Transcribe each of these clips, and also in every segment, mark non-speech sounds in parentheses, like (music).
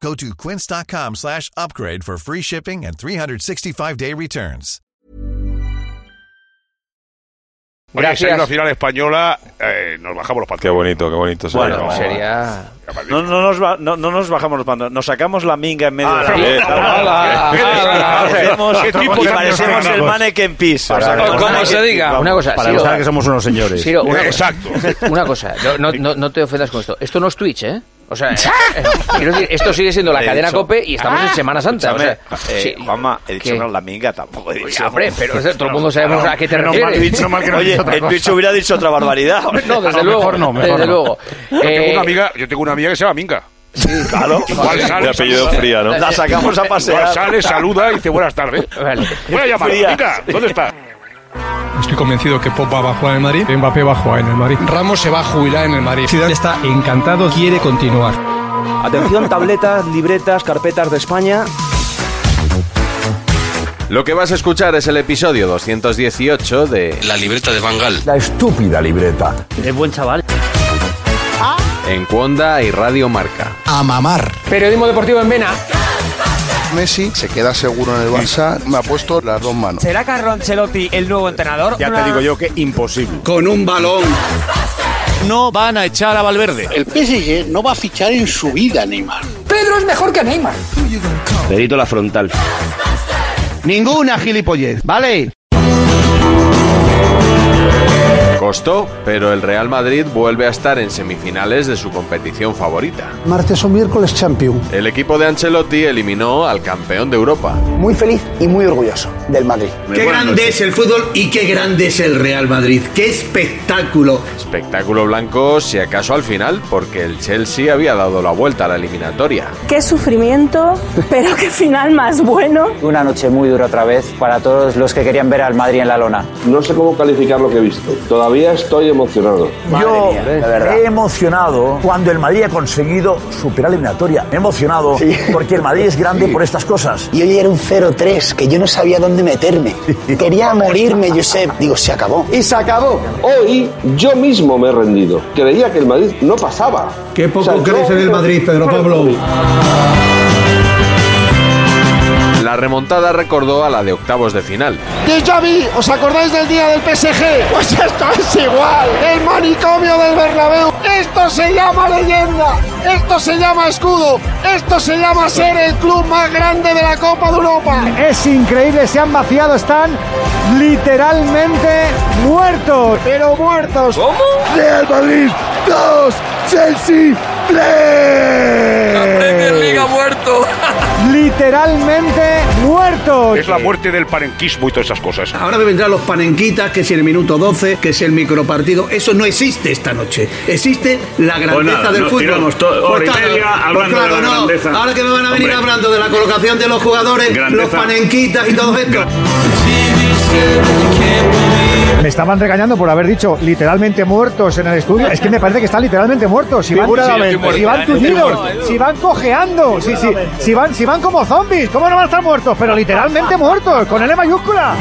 Go to quince.com slash upgrade for free shipping and 365-day returns. Oye, si hay una Gracias. final española, eh, nos bajamos los Qué pantalones. bonito, qué bonito. se Bueno, ve, ¿no? Sería. No, No, no, nos ba- no, no nos bajamos los pantalones, nos sacamos la minga en medio de Ah, la eh, fiesta. ¡Hala! ¡Hala! Hacemos- ¿Qué tipo y de- parecemos el mannequin piece. O como se diga. Una cosa, Para Siro, mostrar que somos unos señores. Siro, (laughs) una cosa. Exacto. Una cosa, no, no- no- no te ofendas con esto. Esto no es Twitch, ¿eh? (laughs) O sea, eh, eh, quiero decir, esto sigue siendo la He cadena dicho- COPE y estamos en Ah, Semana Santa. O sea, Ah. Escúchame, eh, sí. Juanma, he dicho ¿Qué? no la minga tampoco. He dicho. Ya, hombre, pero o sea, todo el mundo sabemos a qué te Menos mal, he refieres. dicho mal que no he Oye, dicho otra el cosa. Twitch hubiera dicho otra (laughs) barbaridad. (laughs) No, desde No, luego. mejor no, mejor desde no. luego. Yo tengo, Eh, una amiga, yo tengo una amiga que se llama Minga. Claro. Igual sale, De apellido saluda, fría, ¿no? La sacamos a igual pasear. sale, saluda y dice buenas tardes. Vale. Buena llamada. Fría. Minga, ¿dónde está? Estoy convencido que Pogba va a jugar en el Madrid, Mbappé va a jugar en el Madrid, Ramos se va a jubilar en el Madrid. Ciudad está encantado, quiere continuar. Atención, tabletas, libretas, carpetas de España. Lo que vas a escuchar es el episodio 218 de La libreta de Bangal. La estúpida libreta. Es buen chaval. En Cuonda y Radio Marca. A mamar. Periodismo deportivo en Vena. Messi se queda seguro en el Barça. Me ha puesto las dos manos. ¿Será Carlo Ancelotti el nuevo entrenador? Ya te digo yo que imposible. Con un balón. No van a echar a Valverde. El PSG no va a fichar en su vida, Neymar. Pedro es mejor que Neymar. Perito la frontal. Ninguna gilipollez, ¿vale? Costó, pero el Real Madrid vuelve a estar en semifinales de su competición favorita. Martes o miércoles champion. El equipo de Ancelotti eliminó al campeón de Europa. Muy feliz y muy orgulloso del Madrid. Qué grande es el fútbol y qué grande es el Real Madrid. Qué espectáculo. Espectáculo blanco, si acaso al final, porque el Chelsea había dado la vuelta a la eliminatoria. Qué sufrimiento, (laughs) pero qué final más bueno. Una noche muy dura otra vez para todos los que querían ver al Madrid en la lona. No sé cómo calificar lo que he visto. Todavía estoy emocionado. Yo he emocionado cuando el Madrid ha conseguido superar la eliminatoria. Me he emocionado (laughs) porque el Madrid es grande por estas cosas. Y hoy era un 0-3, que yo no sabía dónde (laughs) meterme. Quería morirme, Josep. Digo, se acabó. Y se acabó. Hoy yo mismo me he rendido. Creía que el Madrid no pasaba. Qué poco crece del Madrid, Pedro Pablo. La remontada recordó a la de octavos de final. Déjà vu, ¿os acordáis del día del PSG? Pues esto es igual. El manicomio del Bernabéu. Esto se llama leyenda. Esto se llama escudo. Esto se llama ser el club más grande de la Copa de Europa. Es increíble, se han vaciado, están literalmente muertos. Pero muertos. Real Madrid, dos, Chelsea, tres. Liga muerto. Literalmente muertos. Es la muerte del parenquismo y todas esas cosas. Ahora me vendrán los panenquitas, que si el minuto 12, que si el micropartido. Eso no existe esta noche. Existe la grandeza del fútbol. Por claro, por claro, no. Ahora que me van a venir hablando de la colocación de los jugadores, los panenquitas y todo esto. Me estaban regañando por haber dicho literalmente muertos en el estudio. Es que me parece que están literalmente muertos. Si van, si van tuñidos, si van cojeando, si, si, si van, si van como zombies. ¿Cómo no van a estar muertos? Pero literalmente muertos, con L mayúscula.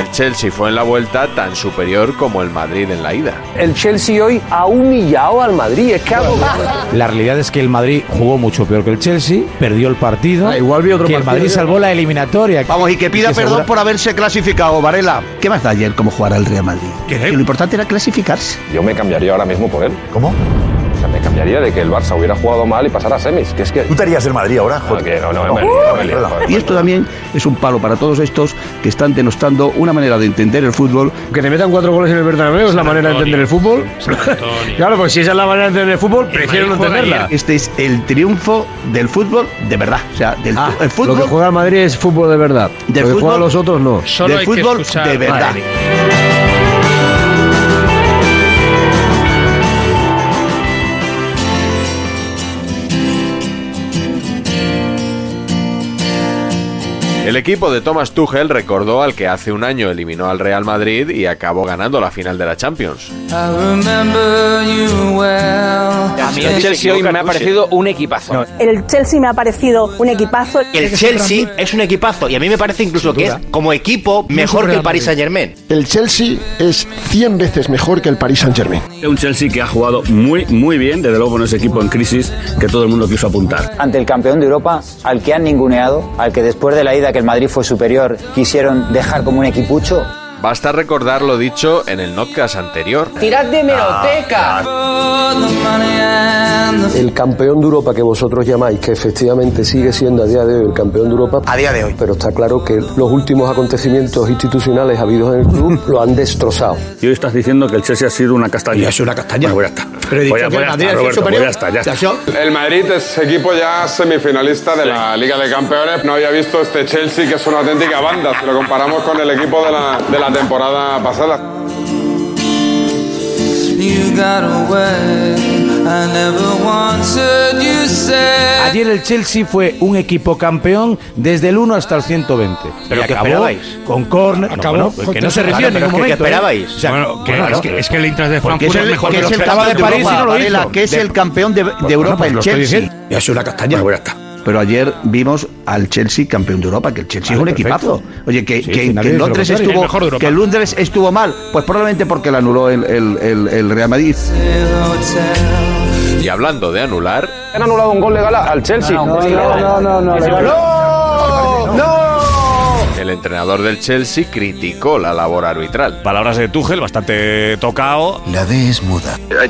El Chelsea fue en la vuelta tan superior como el Madrid en la ida. El Chelsea hoy ha humillado al Madrid. Es que La realidad es que el Madrid jugó mucho peor que el Chelsea, perdió el partido. igual vi otro que el Madrid salvó la eliminatoria. Vamos, y que pida Que perdón segura- por haberse clasificado, Varela. ¿Qué más da ayer cómo jugar al Real Madrid? Que lo importante era clasificarse. Yo me cambiaría ahora mismo por él. ¿Cómo? O sea, me cambiaría de que el Barça hubiera jugado mal y pasara a semis. Que es que... ¿Tú te harías del Madrid ahora? no, no, no, no, no, no, no. Ah, Y esto también es un palo para todos estos que están denostando una manera de entender el fútbol. Que te metan cuatro goles en el Bernabéu es la manera de entender el fútbol. (laughs) claro, pues si esa es la manera de entender el fútbol, prefiero no entenderla. Este es el triunfo del fútbol de verdad. O sea, del Ah, el fútbol. Lo que juega el Madrid es fútbol de verdad. Del lo que fútbol- juegan los otros no. del fútbol de verdad. El equipo de Thomas Tuchel recordó al que hace un año eliminó al Real Madrid y acabó ganando la final de la Champions. A mí el Chelsea hoy me ha parecido un equipazo. El Chelsea me ha parecido un equipazo. El Chelsea es un equipazo y a mí me parece incluso que es como equipo mejor que el Paris Saint Germain. El Chelsea es 100 veces mejor que el Paris Saint-Germain. Un Chelsea que ha jugado muy, muy bien, desde luego con ese equipo en crisis que todo el mundo quiso apuntar. Ante el campeón de Europa, al que han ninguneado, al que después de la ida que el Madrid fue superior quisieron dejar como un equipucho. Basta recordar lo dicho en el podcast anterior. Tirad de meroteca. El campeón de Europa que vosotros llamáis, que efectivamente sigue siendo a día de hoy el campeón de Europa, a día de hoy. Pero está claro que los últimos acontecimientos institucionales habidos en el club lo han destrozado. Y hoy estás diciendo que el Chelsea ha sido una castaña. Ya es una castaña. Bueno, pues ya está. Pero dicho que el Madrid ha sido superior. ya está, ya está. El Madrid es equipo ya semifinalista de la Liga de Campeones. No había visto este Chelsea que es una auténtica banda si lo comparamos con el equipo de la, de la temporada pasada. Ayer el Chelsea fue un equipo campeón desde el 1 hasta el 120. ¿Pero qué Y acabó esperabais? Con Ah, corner. No, Acabó bueno, pues con que no tres- se refiere en Claro, ningún pero es momento. que- ¿qué esperabais? O sea, ¿eh? Bueno, que- claro. es que- es que el Eintracht de Porque Frankfurt es el- es mejor porque que es los el tres campeón de Europa, Varela, hizo. que es el campeón de- de Bueno, Europa, pues el lo estoy Chelsea. diciendo. Ya es una castaña. Pero ayer vimos al Chelsea campeón de Europa, que el Chelsea Vale, es un perfecto. equipazo. Oye, que, Sí, que- si que nadie dice lo en Londres contrario. El mejor de estuvo, Europa. que en Londres estuvo mal, pues probablemente porque la anuló el, el- el- el Real Madrid. Y hablando de anular, Han anulado un gol legal al Chelsea. No, no, no, legal. el entrenador del Chelsea criticó la labor arbitral. Palabras de Tuchel, bastante tocado. La D es muda. No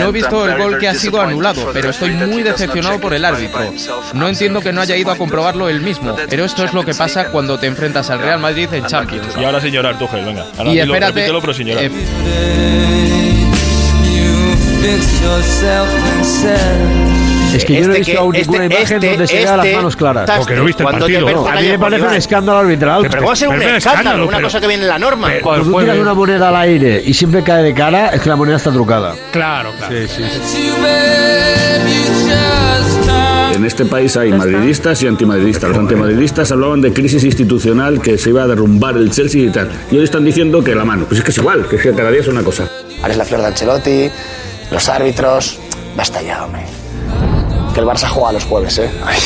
he visto el gol que ha sido anulado, pero estoy muy decepcionado por el árbitro. No entiendo que no haya ido a comprobarlo él mismo, pero esto es lo que pasa cuando te enfrentas al Real Madrid en Champions. Y ahora sin llorar, Tuchel, venga. Ahora Y dilo, espérate, repítelo, pero sin llorar. eh, Es que yo no he Este visto que- aún ninguna este- imagen este- donde se vean las este- manos claras. Porque no viste el Cuando partido. te No, perforan a mí me parece un escándalo arbitral. Pero ¿cómo va a ser un Pero no es escándalo? Una pero- cosa que viene en la norma. Pero Pues Cuando tú puede- tiras una moneda al aire y siempre cae de cara, es que la moneda está trucada. Claro, claro. En este país hay madridistas y antimadridistas. Los antimadridistas hablaban de crisis institucional que se iba a derrumbar el Chelsea y tal. Y hoy están diciendo que la mano. Pues es que es igual, que es que cada día es una cosa. Ahora es la flor de Ancelotti, los árbitros. Basta ya, hombre. Que el Barça juega los jueves, ¿eh? Ay.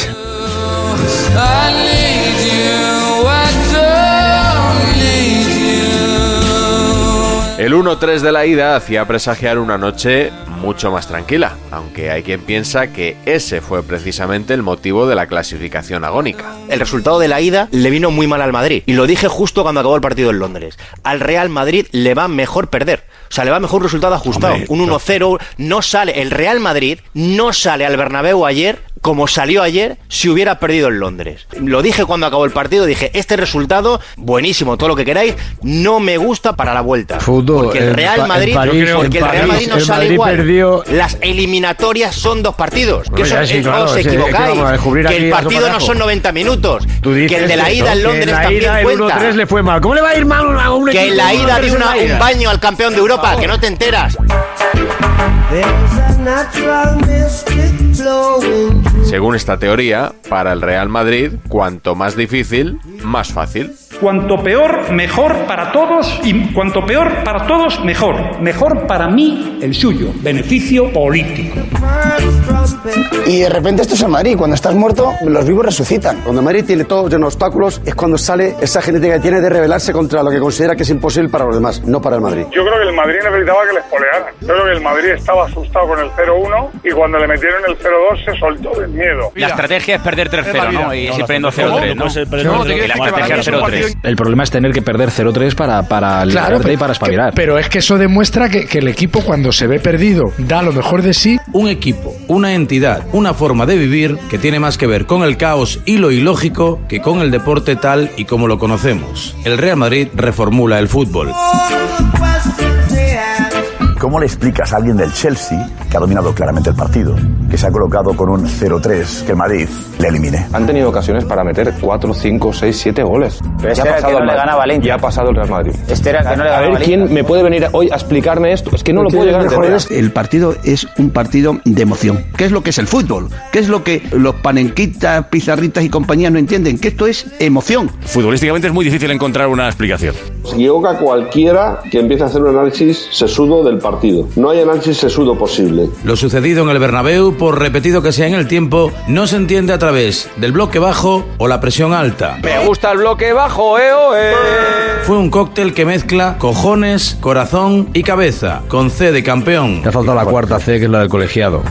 El 1-3 de la ida hacía presagiar una noche mucho más tranquila, aunque hay quien piensa que ese fue precisamente el motivo de la clasificación agónica. El resultado de la ida le vino muy mal al Madrid. Y lo dije justo cuando acabó el partido en Londres. Al Real Madrid le va mejor perder. O sea, le va mejor un resultado ajustado. un 1-0. No sale. El Real Madrid no sale al Bernabéu ayer como salió ayer si hubiera perdido en Londres. Lo dije cuando acabó el partido. Dije, este resultado, buenísimo, todo lo que queráis, no me gusta para la vuelta. Fútbol, Porque el en Pa- Real en Madrid, París, porque el en Real París, Madrid no el sale Madrid igual. perdió- Las eliminatorias son dos partidos. Bueno, que eso ya es- sí, claro, os sí, es que equivocáis. vamos a descubrir que aquí el eso partido para no abajo. son 90 minutos. Tú que dices el de la eso, ida en que Londres en la también ida el cuenta. 1-3 le fue mal. ¿Cómo le va a ir mal a un Que en equipo la 1-3 ida dio en una- la ida? un baño al campeón de Europa, que no te enteras. Según esta teoría, para el Real Madrid, cuanto más difícil, más fácil. Cuanto peor, mejor para todos y cuanto peor para todos, mejor. Mejor para mí, el suyo. Beneficio político. Y de repente esto es el Madrid. Cuando estás muerto, los vivos resucitan. Cuando Madrid tiene todo lleno de obstáculos es cuando sale esa genética que tiene de rebelarse contra lo que considera que es imposible para los demás, no para el Madrid. Yo creo que el Madrid necesitaba que les polearan. Yo creo que el Madrid estaba asustado con el 0-1 y cuando le metieron el 0-2 se soltó del miedo. La estrategia es perder 3-0, ¿no? Y No, ir la perdiendo estrategia- 0-3, ¿Cómo? ¿no? No puede ser Y perder la 3-0. estrategia es 0-3. El problema es tener que perder 0-3 para, para liberarte y para espabilar. pero es que eso demuestra que, que el equipo cuando se ve perdido da lo mejor de sí. Un equipo, una entidad, una forma de vivir que tiene más que ver con el caos y lo ilógico que con el deporte tal y como lo conocemos. El Real Madrid reformula el fútbol. ¿Cómo le explicas a alguien del Chelsea que ha dominado claramente el partido, que se ha colocado con un 0-3, que el Madrid le elimine? Han tenido ocasiones para meter 4, 5, 6, 7 goles. Pero este era el que no el le Madrid. gana a Valencia. Ya ha pasado el Real Madrid. Este era el que no le a gana a ver Valencia. quién me puede venir hoy a explicarme esto. Es que no lo puedo llegar a entender. El partido es un partido de emoción. ¿Qué es lo que es el fútbol? ¿Qué es lo que los panenquitas, pizarritas y compañías no entienden? Que esto es emoción. Futbolísticamente es muy difícil encontrar una explicación. Yo creo que cualquiera que empiece a hacer un análisis sesudo del partido. No hay análisis sesudo posible. Lo sucedido en el Bernabéu, por repetido que sea en el tiempo, no se entiende a través del bloque bajo o la presión alta. Me gusta el bloque bajo, eh, oh, eh. Fue un cóctel que mezcla cojones, corazón y cabeza, con C de campeón. Te ha faltado la cuarta C, que es la del colegiado.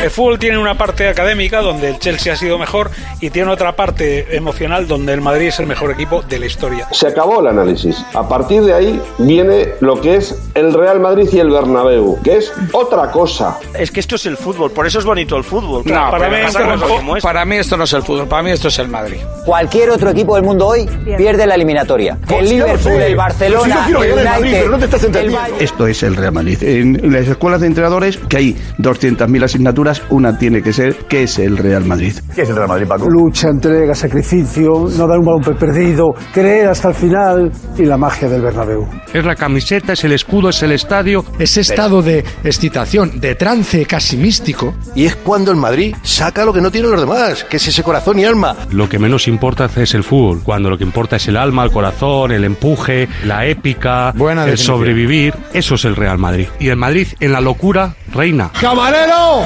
El fútbol tiene una parte académica donde el Chelsea ha sido mejor y tiene otra parte emocional donde el Madrid es el mejor equipo de la historia. Se acabó el análisis. A partir de ahí viene lo que es el Real Madrid y el Bernabéu, que es otra cosa. Es que esto es el fútbol, por eso es bonito el fútbol. No, para pero mí pasa cosas como para mí esto no es el fútbol, para mí esto es el Madrid. Cualquier otro equipo del mundo hoy pierde la eliminatoria. El Liverpool, eh. el Barcelona, el United, el Bayern. Esto es el Real Madrid. En las escuelas de entrenadores, que hay 200.000 asignaturas, una tiene que ser ¿qué es el Real Madrid? ¿Qué es el Real Madrid, Paco? Lucha, entrega, sacrificio, no dar un balón perdido, creer hasta el final y la magia del Bernabéu. Es la camiseta, es el escudo, es el estadio. Ese estado de excitación, de trance casi místico. Y es cuando el Madrid saca lo que no tienen los demás, que es ese corazón y alma. Lo que menos importa es el fútbol, cuando lo que importa es el alma, el corazón, el empuje, la épica, Ah, el definición. sobrevivir. Eso es el Real Madrid. Y el Madrid en la locura reina. ¡Camarero!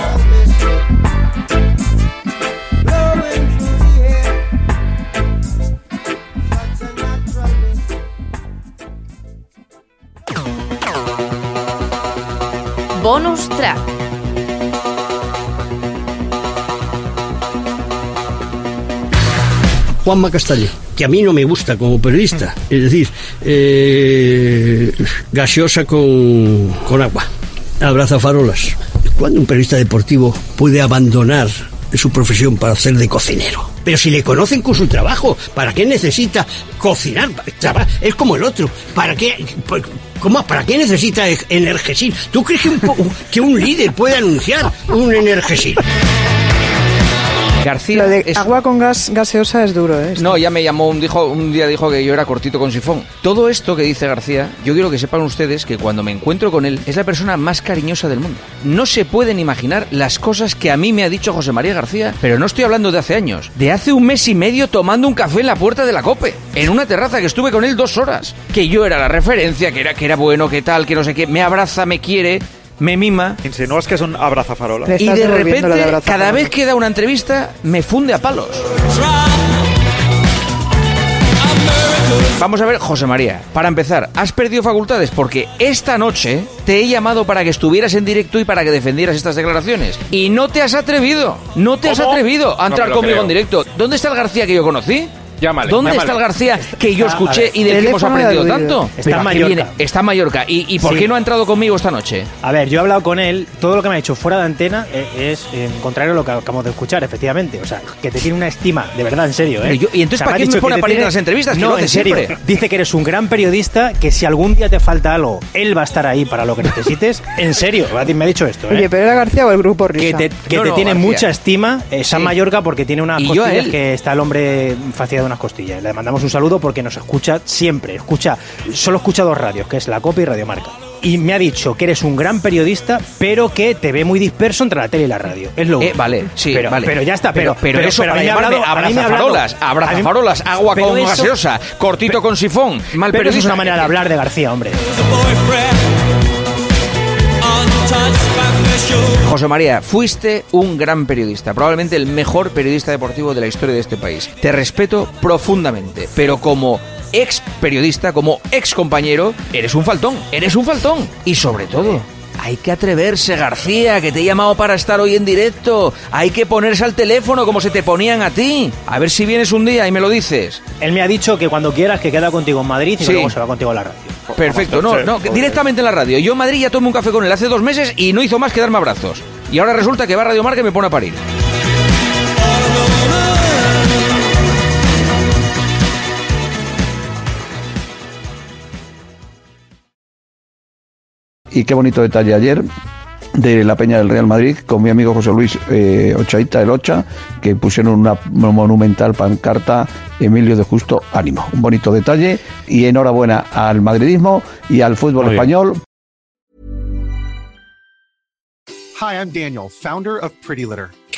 Bonus track. Juanma Castañé, que a mí no me gusta como periodista. Es decir, eh, gaseosa con, con agua, abraza farolas. ¿Cuándo un periodista deportivo puede abandonar su profesión para hacer de cocinero? Pero si le conocen con su trabajo, ¿para qué necesita cocinar? Traba- Es como el otro. ¿Para qué, por- cómo- ¿para qué necesita e- Energisil? ¿Tú crees que un, po- que un líder puede anunciar un Energisil? García es- Agua con gas gaseosa es duro, ¿eh? No, ya me llamó, un, dijo, un día dijo que yo era cortito con sifón. Todo esto que dice García, yo quiero que sepan ustedes que cuando me encuentro con él es la persona más cariñosa del mundo. No se pueden imaginar las cosas que a mí me ha dicho José María García, pero no estoy hablando de hace años, de hace un mes y medio tomando un café en la puerta de la COPE, en una terraza que estuve con él dos horas, que yo era la referencia, que era, que era bueno, que tal, que no sé qué, me abraza, me quiere, me mima. Insinúas que es un abrazafarola. Y de repente, cada vez que da una entrevista, me funde a palos. Vamos a ver, José María, para empezar, has perdido facultades porque esta noche te he llamado para que estuvieras en directo y para que defendieras estas declaraciones. Y no te has atrevido, no te has ¿Cómo? atrevido No a entrar me lo conmigo creo. en directo. ¿Dónde está el García que yo conocí? Llámale, ¿Dónde llámale. está el García que yo Está- a escuché ver, y del que hemos teléfono de aprendido Adolfo. tanto? Está en ¿A qué Mallorca. viene? Está en Mallorca. ¿Y, y por Sí. qué no ha entrado conmigo esta noche? A ver, yo he hablado con él, todo lo que me ha dicho fuera de antena eh, es eh, contrario a lo que acabamos de escuchar, efectivamente. O sea, que te tiene una estima, de verdad, en serio. ¿eh? Pero yo- ¿y O entonces sea, para ha qué me dicho que pone a te parir tiene- en las entrevistas? Que No, lo hace en serio. siempre. Dice que eres un gran periodista, que si algún día te falta algo, él va a estar ahí para lo que necesites. en serio, a ti me ha dicho esto. ¿eh? Oye, pero era García o el grupo que Risa. te, que te tiene mucha estima eh, San Mallorca porque tiene unas Y yo a costillas él. que está el hombre fastidiado de unas costillas. Le mandamos un saludo porque nos escucha siempre. Escucha, solo escucha dos radios, que es La Copa y Radio Marca. Y me ha dicho que eres un gran periodista, pero que te ve muy disperso entre la tele y la radio. Es lo Eh, único. vale, sí, pero, vale. Pero ya está, pero, pero, eso pero a para mí me ha llamarme hablado- a mí me ha hablado- abrazafarolas, a mí- abrazafarolas, agua pero con eso- gaseosa, cortito con sifón, mal Pero eso es periodista. una manera de hablar de García, hombre. José María, fuiste un gran periodista, probablemente el mejor periodista deportivo de la historia de este país. Te respeto profundamente, pero como ex periodista, como ex compañero, eres un faltón, eres un faltón. Y sobre todo, Hay que atreverse, García, que te he llamado para estar hoy en directo. Hay que ponerse al teléfono como se te ponían a ti. A ver si vienes un día y me lo dices. Él me ha dicho que cuando quieras que queda contigo en Madrid y Sí. luego se va contigo a la radio. Perfecto, no, no, que directamente en la radio. Yo en Madrid ya tomé un café con él hace dos meses y no hizo más que darme abrazos. Y ahora resulta que va a Radio Marca y me pone a parir. Y qué bonito detalle ayer de la Peña del Real Madrid con mi amigo José Luis eh, Ochaita, el Ocha, que pusieron una monumental pancarta Emilio de Justo Ánimo. Un bonito detalle y enhorabuena al madridismo y al fútbol español Hi, I'm Daniel, founder of Pretty Litter.